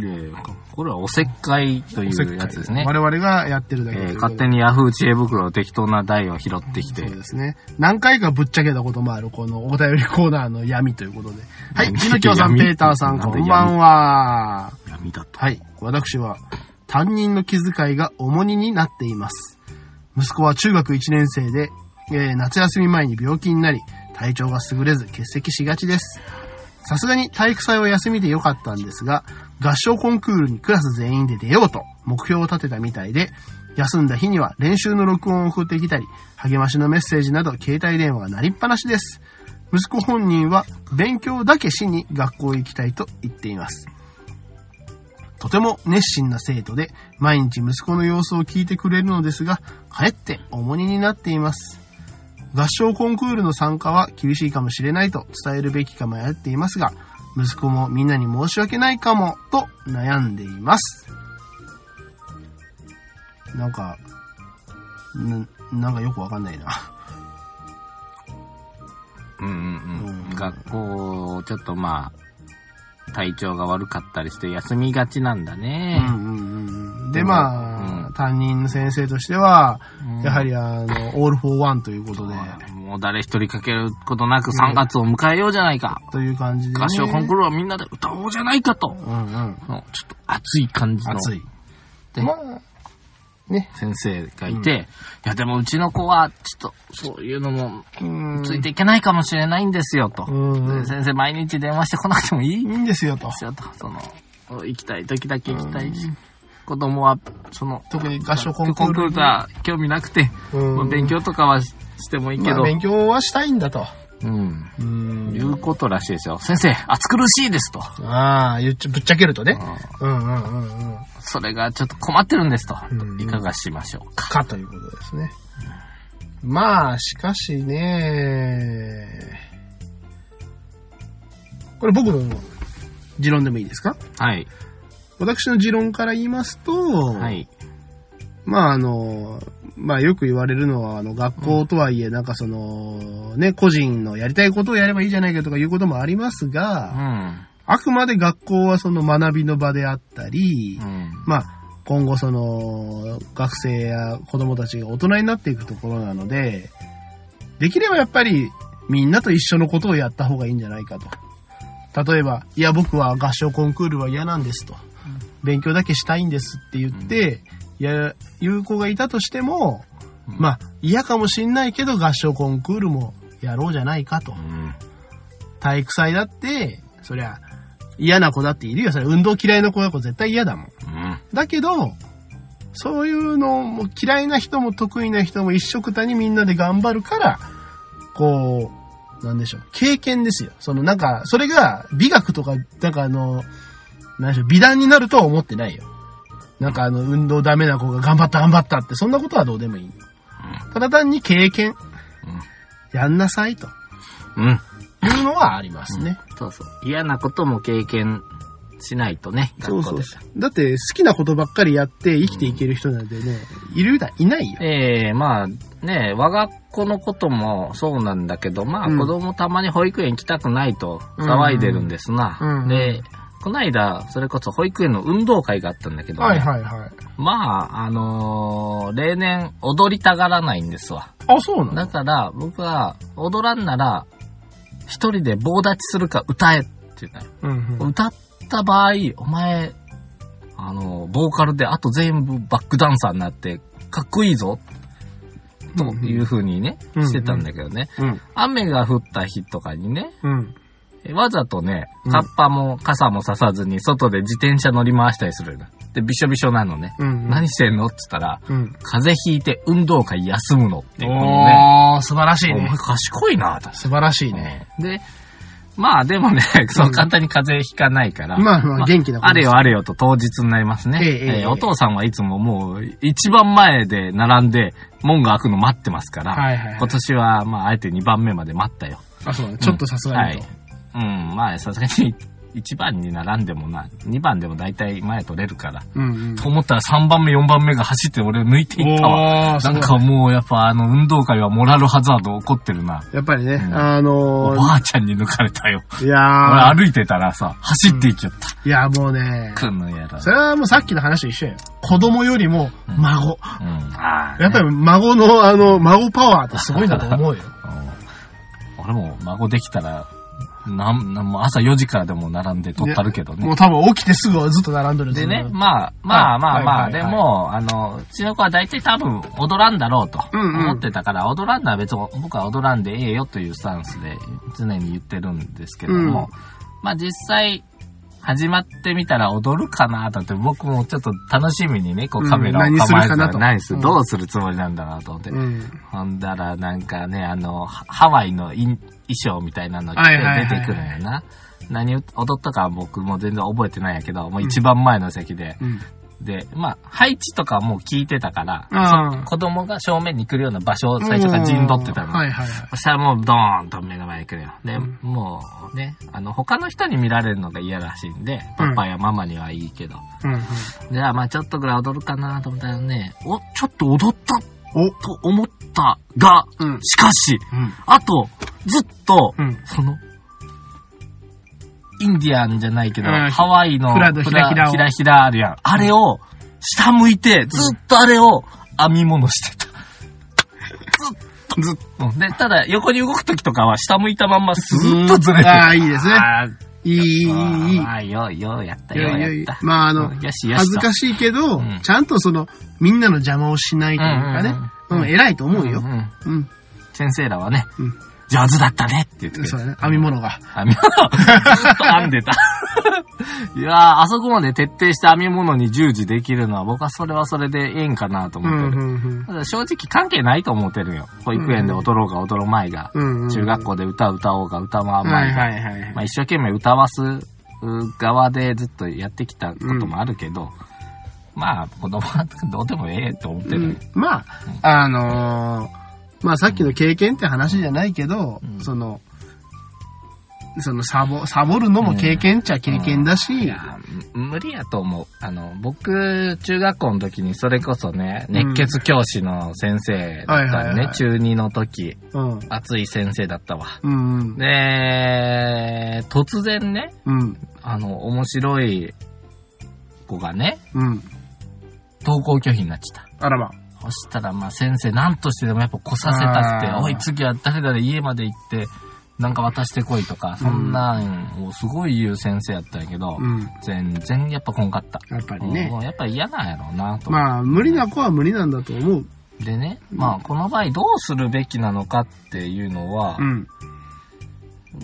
で、これはおせっかいといー。うやつですね我。々がやってるだけえとーいうこと勝で手にヤフー知恵袋を適当な台を拾ってきて、そうですね。何回かぶっちゃけたこともある、このお便りコーナーの闇ということで。はい、闇ピノキオさん、闇ペーターさん、なんこでんばんは。闇だと。はい、私は、担任の気遣いが重荷になっています。息子は中学1年生で、えー夏休み前に病気になり、体調が優れず欠席しがちです。さすがに体育祭は休みでよかったんですが、合唱コンクールにクラス全員で出ようと目標を立てたみたいで、休んだ日には練習の録音を送ってきたり、励ましのメッセージなど携帯電話が鳴りっぱなしです。息子本人は勉強だけしに学校へ行きたいと言っています。とても熱心な生徒で、毎日息子の様子を聞いてくれるのですが、かえって重荷になっています。合唱コンクールの参加は厳しいかもしれないと伝えるべきか迷っていますが、息子もみんなに申し訳ないかもと悩んでいます。なんか、んなんかよくわかんないな。うんうんううんん。学校、ちょっとまあ、体調が悪かったりして休みがちなんだうね。んうんうんうん、で、でもまあ、うん担任の先生としては、うんやはりあの、オールフォーワンということで、もう誰一人かけることなく3月を迎えようじゃないか。という感じで、ね。合唱コンクールはみんなで歌おうじゃないかと。うんうん。のちょっと熱い感じの暑い。でまあ、ね。先生がいて、いやでもうちの子はちょっとそういうのもうんついていけないかもしれないんですよと。うんうんで先生毎日電話してこなくてもいいんいでいんですよと。すよと。その、行きたい時だけ行きたいし、子供はその、特に合唱コンクコーンクールルとは興味なくて、うんまあ勉強とかはししてもいいけまあど、勉強はしたいんだと。うん。うん。いうことらしいですよ。先生、暑苦しいですと。ああ、言っちゃぶっちゃけるとね。うんうんうんうん。それがちょっと困ってるんですとうん。いかがしましょうか。かということですね。まあ、しかしね、これ僕の持論でもいいですかはい。私の持論から言いますと、はい。まああの、まあよく言われるのは、あの、学校とはいえ、なんかその、ね、個人のやりたいことをやればいいじゃないかとかいうこともありますうが、ん。あくまで学校はその学びの場であったりう、ん。まあ、今後その、学生や子供たちが大人になっていくところなので、できればやっぱり、みんなと一緒のことをやった方がいいんじゃないかと。例えば、いや、僕は合唱コンクールは嫌なんですと。勉強だけしたいんですって言って、いや、言う子がいたとしても、うんまあ、嫌かもしんないけど、合唱コンクールもやろうじゃないかとう。ん。体育祭だって、そりゃ、嫌な子だっているよ。それ運動嫌いの子は絶対嫌だもん。うん。だけど、そういうのも嫌いな人も得意な人も一緒くたにみんなで頑張るから、こう、なんでしょう、経験ですよ。そのなんか、それが美学とか、なんかあの、なんでしょう、美談になるとは思ってないよ。なんかあの、運動ダメな子が頑張った頑張ったって、そんなことはどうでもいい。ただ単に経験、やんなさいとうん。いうのはありますね。そうそう。嫌なことも経験しないとね、学校で。う。だって好きなことばっかりやって生きていける人なんてね、いるだ、いないよ。ええまあね、我が子のこともそうなんだけど、まあうん子供たまに保育園行きたくないと騒いでるんですな。うんで、こないだ、それこそ保育園の運動会があったんだけどね、はいはいはい。まあ、あのー例年踊りたがらないんですわ。あ、そうだなのから僕は踊らんなら、一人で棒立ちするか歌えって言うからうんうん。歌った場合、お前、あの、ボーカルで、あと全部バックダンサーになって、かっこいいぞ、という風にね、うんしてたんだけどね。うん。雨が降った日とかにね、うん。わざとねう、んカッパも傘もささずに、外で自転車乗り回したりするの。で、びしょびしょなのね。うん。何してんのって言ったら、うん。風邪ひいて運動会休むのっていうこのね。おー、素晴らしいお前ね。賢いなぁと。素晴らしいね。で、まあでもね、そう簡単に風邪ひかないから。まあまあ元気な子あでれすよあれよと当日になりますね。えええええーお父さんはいつももう一番前で並んで門が開くの待ってますから。はいはいはい今年はまああえて2番目まで待ったよ。あ、そうだね。ちょっとさすがにと。はい。うん、まあさすがに1番に並んでもな、2番でも大体前取れるから。うんうん。と思ったら3番目4番目が走って俺抜いていったわ。おー、すなごいんかもうやっぱあの運動会はモラルハザード起こってるな。やっぱりね、んあおのばあちゃんに抜かれたよ。ー、いや俺ー、歩いてたらさ、走っていきよった。いやもうね、くんのやら。それはもうさっきの話と一緒よ。子供よりもう孫。ん。ああ、やっぱり孫の、あの、孫パワーってすごいんだと思 うよ。うん俺も孫できたら、なん、なんもう朝4時からでも並んで取ったるけどもねう。多分起きてすぐずっと並んでるでね、ずっとまあ、まあまあまはあ、いではいはいも、あの、うちの子は大体多分踊らんだろうとうんうん思ってたから、踊らんなら別に僕は踊らんでええよというスタンスで常に言ってるんですけども、まあ実際、始まってみたら踊るかなだって僕もちょっと楽しみにね、こうカメラをうん何す構るえてかなと何すうんどうするつもりなんだなと思って。うん。ほんだら、なんかね、あの、ハハワイのイン衣装みたいなの着はていはいはい出てくるんやな。何踊ったかは僕も全然覚えてないんやけど、もう一番前の席で。うん。で、まあ、配置とかはもう聞いてたから、あ子供が正面に来るような場所を最初から陣取ってたの。はいはいはい。そしたらもうドーンと目の前に来るよ。で、うんもうね、あの、他の人に見られるのが嫌らしいんで、うパんパやママにはいいけど。うんうん。じゃあまあちょっとぐらい踊るかなと思ったらね、お、ちょっと踊ったお、と思ったが、うん。しかし、うん。あと、ずっと、うん。その、インディアンじゃないけど、うんハワイのフラのひらひらをひらひらあるやん。あれを、下向いて、ずっとあれを編み物してた。ずっと、ずっと。で、ただ、横に動くときとかは、下向いたまんまずっとずれてる。ああ、いいですね。あーいい、いい、いい。あーよ、よ、やった、いよ、やいややいっやた。まああの、うんよしよしと恥ずかしいけど、うんちゃんとその、みんなの邪魔をしないというかね、ううんん、うんうん偉いと思うよん。んうん、うん先生らはね、上手だったねって言ってくれそうただね、編み物が。編み物、ずっと編んでた。 いやー、あそこまで徹底して編み物に従事できるのは、僕はそれはそれでええんかなとうん、思うっんてる。、ただ正直関係ないと思ってるよ。保育園で踊ろうが踊る前が、うんうん。中学校で歌歌おうが歌わの前前はが、いはいはい。まあ、一生懸命歌わすう側でずっとやってきたこともあるけど、まあ、子供はどうでもええと思ってうるん。まあ、あのーまあさっきの経験って話じゃないけど、うんその、そのサボ、サボるのも経験っちゃ経験だし、いや、む無理やと思う。あの、僕、中学校の時に、それこそね、うん熱血教師の先生だったはいのはいねは、い中2の時、うん、熱い先生だったわ。うん、うん、で、突然ね、うん、あの、面白い子がね、うん。登校拒否になっちゃった。あらま。そしたら、まあ、先生、なんとしてでもやっぱ来させたくて、あーおい、次は誰々家まで行って、なんか渡してこいとか、そんなんをすごい言う先生やったんやけど、うん、全然やっぱこんかった。やっぱりね。うんやっぱり嫌なんやろうなと、まあ、無理な子は無理なんだと思う。でね、まあこの場合どうするべきなのかっていうのは、うん、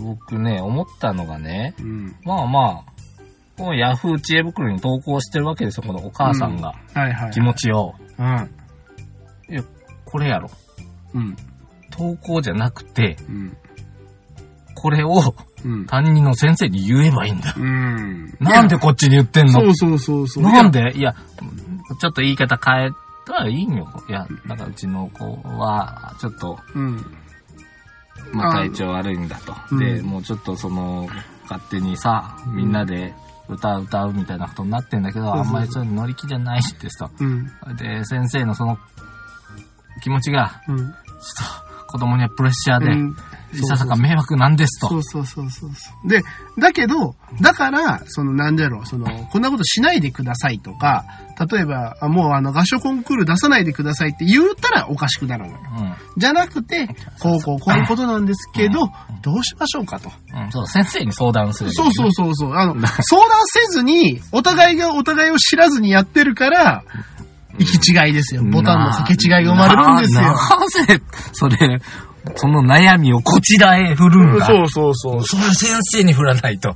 僕ね思ったのがねうん、まあまあをヤフー知恵袋に投稿してるわけですよ、このお母さんが。はいはい。気持ちを。うん。いや、これやろ。うん。投稿じゃなくて、うん。これをうん。担任の先生に言えばいいんだよ。うん。なんでこっちに言ってんのそうそうそうそう。なんでいや、ちょっと言い方変えたらいいんよ。いや、なんかうちの子は、ちょっと、うん。まあ、あー体調悪いんだと。うんで、もうちょっとその、勝手にさ、みんなで歌う歌うみたいなことになってんだけど、んあんまりちょっと乗り気じゃないってさ。うん。で、先生のその、気持ちが、うん。ちょっと、子供にはプレッシャーで、うんいささか迷惑なんですそと。うそうそうそうそう。で、だけど、だから、その、なんじゃろう、その、こんなことしないでくださいとか、例えば、あもうあの、合唱コンクール出さないでくださいって言ったらおかしくなるのよ。うじゃなくて、こうこうこういうことなんですけど、どうしましょうかと。ん。うん、そう、先生に相談する。そうそうそうそう。あの、相談せずに、お互いがお互いを知らずにやってるから、行き違いですよ。ボタンの掛け違いが生まれるんですよ。ななぜ、それ、その悩みをこちらへ振るんだ。そうそうそう。それ先生に振らないと。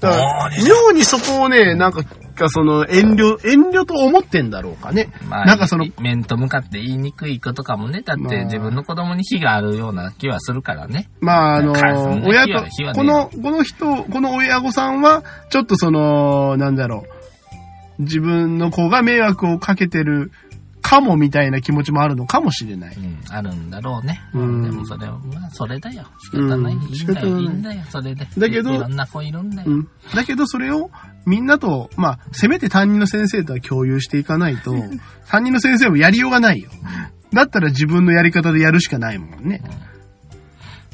だから妙にそこをね、なんか、その、遠慮、遠慮と思ってんだろうかね。まあ、なんかその、面と向かって言いにくいことかもね。だっまあて自分の子供に火があるような気はするからね。まあ、あの返すの、ね親火はと火は、ねこの、この人、この親御さんは、ちょっとその、なんだろう、自分の子が迷惑をかけてるかもみたいな気持ちもあるのかもしれない。うん、あるんだろうね。うんでもそれは、まあ、それだよ。仕方ない。うんいい仕んだ方よ、ないいいんだよ、それで。だけどいいろんな子いるんだよ。うん。だけど、それを、みんなと、まあ、せめて担任の先生とは共有してい かないと、担任の先生もやりようがないよ。だったら自分のやり方でやるしかないもんね。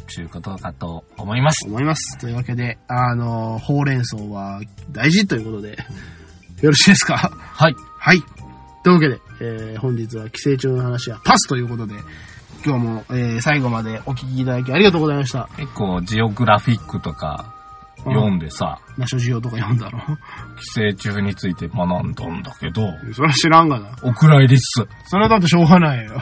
ちゅうことかと思います。思います。というわけで、あの、ほうれん草は大事ということで、よろしいですかはい。はい。というわけで、えー本日は寄生虫の話はパスということで、今日も、えー最後までお聞きいただきありがとうございました。結構、ジオグラフィックとか読んでさ、ナショジオとか読んだろ。寄生虫について学んだんだけど、 それは知らんがな。お蔵入りっす。それはだってしょうがないよ。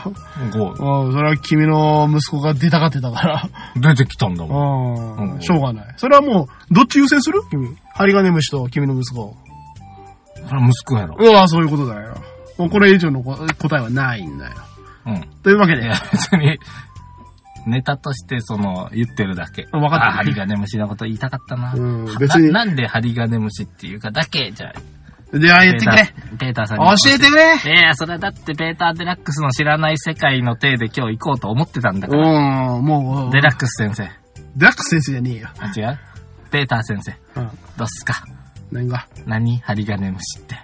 こうん、それは君の息子が出たがってたから。う出てきたんだもん。う、うんんしょうがない。それはもう、どっち優先する君。針金虫と君の息子。それは息子やろ。うわ、そういうことだよ。もうこれ以上のこ答えはないんだよ。うん。というわけでいや、、別に、ネタとして、その、言ってるだけ。分かったあ、針金虫のこと言いたかったな。うん別にな。なんで針金虫っていうかだけ、じゃあ。では言ってくれ。ペーターペーターさんに教えてくれいやいや、それはだってペーター・デラックスの知らない世界の体で今日行こうと思ってたんだうから。ん、もう、デラックス先生。デラックス先生じゃねえよ。あ、違うペーター先生。うん。どうっすか何が何針金虫って。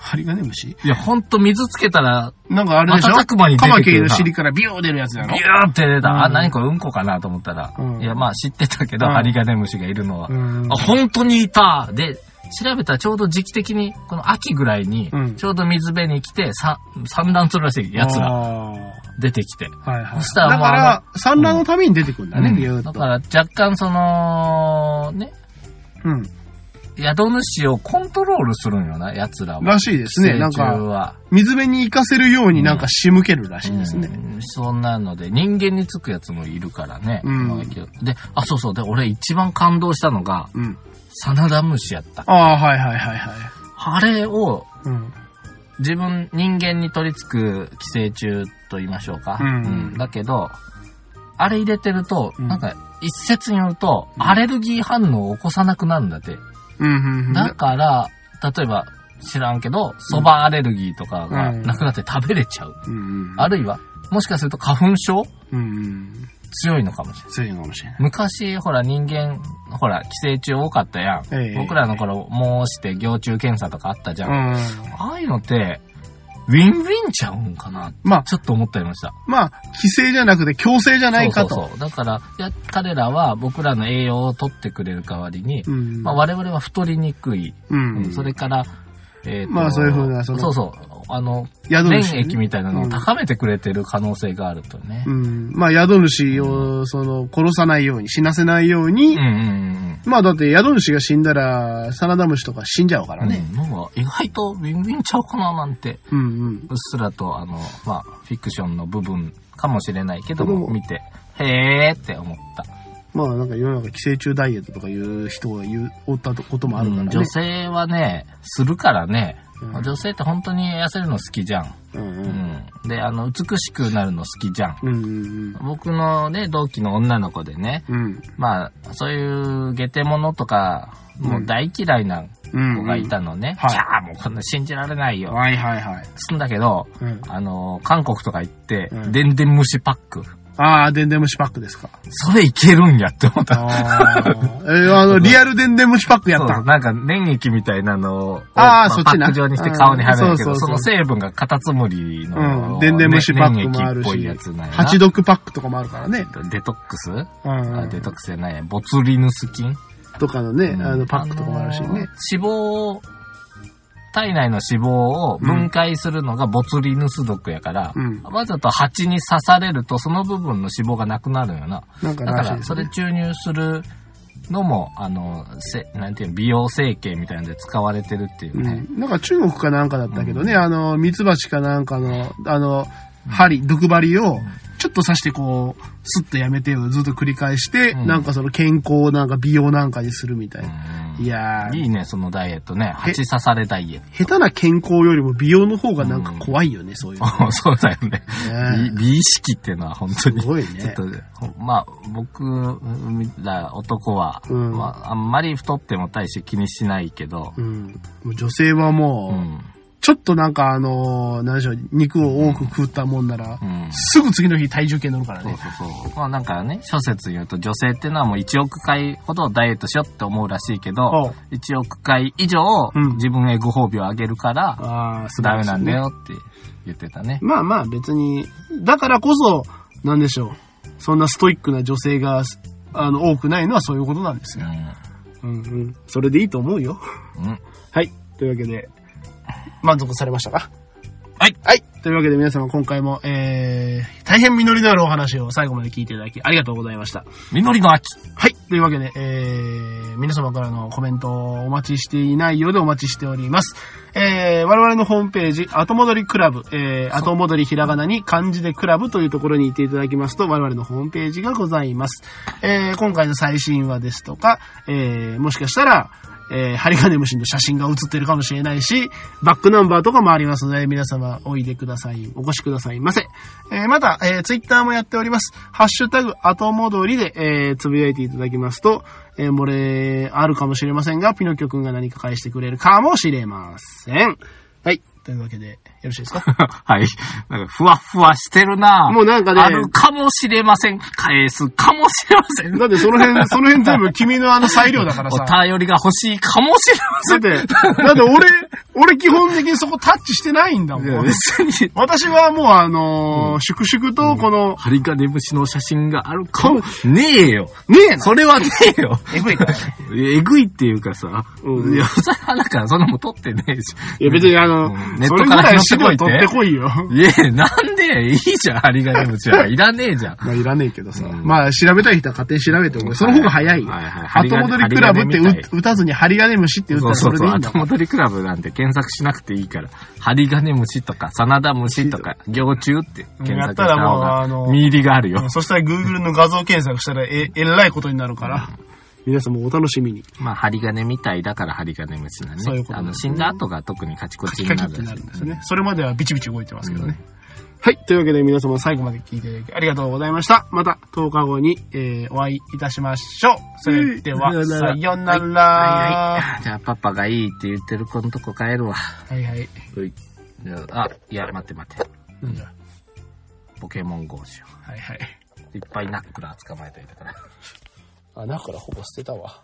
針金虫いや、ほんと水つけたら、なんかあれでしょ瞬く間に出てくるなカマキリの尻からビュー出るやつだろビューって出た。あ、うん何これうんこかなと思ったら。うんいや、まあ知ってたけど、うんハリガネムシがいるのは。うんあ、本当にいたで、調べたらちょうど時期的に、この秋ぐらいにうん、ちょうど水辺に来て、さ、産卵するらしいやつがあ出てきて。ーはいはい。そしたらだもうから、産卵のために出てくるんだね、うんビューだかっと。ら若干その、ね、うん。宿主をコントロールするんよな、奴らは。らしいですね。なん寄生虫か、は。水辺に行かせるようになんか仕向けるらしいですね。うんそんなので、人間につくやつもいるからね。うんで、あ、そうそう。で、俺一番感動したのが、うん。サナダムシやった。ああ、はいはいはいはい。あれをうん。自分、人間に取り付く寄生虫と言いましょうか。うんだけど、あれ入れてると、うんなんか、一説によると、アレルギー反応を起こさなくなるんだって。うん、うん、うん。だから、例えば、知らんけど、蕎麦アレルギーとかがうんなくなって食べれちゃう。うん、うん。あるいは、もしかすると花粉症うん、うん。強いのかもしれない。そういうのかもしれない。昔、ほら、人間、ほら、寄生虫多かったやん。ええ僕らの頃、もうして、行虫検査とかあったじゃん。うん。ああいうのって、ウィンウィンちゃうんかなまあ、ちょっと思ったりました。まあ、規制じゃなくて強制じゃないかそと。うそうそう。だから、いや、彼らは僕らの栄養を取ってくれる代わりに、うん。まあ、我々は太りにくい。うんうんそれから、えーとまあそういうふうなそのそうそう。あの、宿免主ね疫みたいなのを高めてくれてる可能性があるとね。うん。まあ、宿主を、その、殺さないように、死なせないよううんに、うんまあ、だって、宿主が死んだら、サラダムシとか死んじゃうかうらん。ね。ね、なんか意外とウィンウィンちゃうかななんて、うんうん。うっすらとあの、まあ、フィクションの部分かもしれないけどでも、も見て、へーって思った。うまあなんか世の中寄生虫ダイエットとかいう人が言う、おったこともあるからうんね。女性はね、するからね、うん女性って本当に痩せるの好きじゃん。うんう。うんん。で、あの、美しくなるの好きじゃん。うんうん僕のね、同期の女の子でね、うん。うん。まあ、そういう下手者とか、もう大嫌いなうん。子がいたのね。うんうんはいいやーもうこんな信じられないよ。はいはいはい。すんだけど、うん。あのー韓国とか行って、うんでんでん虫パック。ああ、でんでん虫パックですか。それいけるんやって思った。ああ。 えー、あの、リアルでんでん虫パックやっそたう。なんか粘液みたいなのを、あーまそっちパッなク状にして顔に貼るんやけど、うんそうそそうそうの成分がカタツムリの、うん。でんでん虫パックねもあ粘液るっぽいしやつなん、やな。ハチドクパックとかもあるからね。デトックス、うんうあデん。トックスじゃないや。ボツリヌス菌とかのね、うんあの、パックとかもあるしあのーね。脂肪を、体内の脂肪を分解するのがボツリヌス毒やから、うんわざと蜂に刺されるとその部分の脂肪がなくなるんやな。なんからだからしいら、でそすれね。注入するのも、あの、せ、なんていうの、美容整形みたいなんで使われてるっていううね。ん、なんか中国かなんかだったけどね、あの、ミツバチかなんかの、あの、針、毒針を、ちょっと刺してこう、スッとやめてをずっと繰り返して、うんなんかその健康なんか美容なんかにするみたいな。うんいやー、いいね、そのダイエットね。蜂刺されダイエット。下手な健康よりも美容の方がなんか怖いよね、そういう のそうだよね。ね。美美意識っていうのは本当に。すごいちょっね。と、ほまあ、僕みたい男は、うんまあ、あんまり太っても大して気にしないけど、うん、もう女性はうもう、ん。ちょっとなんかあのー、何でしょう、肉を多く食ったもんなら、うん。すぐ次の日体重計乗るからそうね。そうそう。まあなんかね、諸説によると女性っていうのはもう1億回ほどダイエットしようって思うらしいけおどう、 1億回以上うん自分へご褒美をあげるから、ああ、素ダメなんだよって言ってたね。まあまあ別に、だからこそ、なんでしょう。そんなストイックな女性が、あの、多くないのはそういうことなんですうよ。ん。うんうん。それでいいと思うよ。うん。はい。というわけで、満足されましたかはい。はい。というわけで皆様今回も、えー、大変実りのあるお話を最後まで聞いていただきありがとうございました。実りの秋。 はい。というわけで、えー、皆様からのコメントをお待ちしていないようでお待ちしております。えー、我々のホームページ、後戻りクラブ、えー、後戻りひらがなに漢字でクラブというところに行っていただきますと、我々のホームページがございます。えー、今回の最新話ですとか、えー、もしかしたら、えー、ハリガネムシの写真が写ってるかもしれないし、バックナンバーとかもありますので、皆様おいでください、お越しくださいませ。えー、また、えー、ツイッターもやっております。ハッシュタグ、後戻りで、えー、つぶやいていただきますと、えー、漏れ、あるかもしれませんが、ピノキョくんが何か返してくれるかもしれません。はい。というわけで、よろしいですかはい。なんか、ふわふわしてるなもうなんかねあるかもしれません。返すかもしれません。だってその 辺、その辺全部君のあの裁量だからさ。お便りが欲しいかもしれだって、だって俺、俺基本的にそこタッチしてないんだもまん。せん。別に。私はもうあのー粛々とこの、ハリガネムシの写真があるかも、ねえよ。ねえなそれはねえよ。えぐいからね。え ぐいっていうかさ、うんいや、それはだからそんなもん撮ってねえし。いや別にあの、うんネッそトれぐからら拾い資ってこい料って取ってこいよ。いや、なんでいいじゃん、ハリガネムシ は。いらねえじゃん。まあいらねえけどさ。うんまあ調べたい人は勝手に調べて、俺その方が早いよ。はいはいはい後戻りクラブって針金みた打打たずに針金虫って打ったそうらそそうれそう。でいいんだ後。戻りクラブなんて検索しなくていいから。ハリガネムシとか、サナダムシとか、行虫って検索した方やったらもうあがの、見入りがあるよ。そしたら Google の画像検索したらえ、えらいことになるから。皆さんもお楽しみに。まあ、針金みたいだから針金虫なんそういうねことあなんの、です死ねんだ後が特にカチコカチチにカなチっるてらしないるんですね。それまではビチビチ動いてますけどね。うんはい。というわけで皆様最後まで聞いていただきありがとうございました。また10日後に、えーお会いいたしましょう。それでは、うんさよなはいら。はい。じゃあ、パパがいいって言ってる子のとこ帰るわ。はいはい。ういじゃあ、あいや、待って待って。なんだポケモン GO しよはいはい。う。いっぱいナックラー捕まえといたから。穴からほぼ捨てたわ。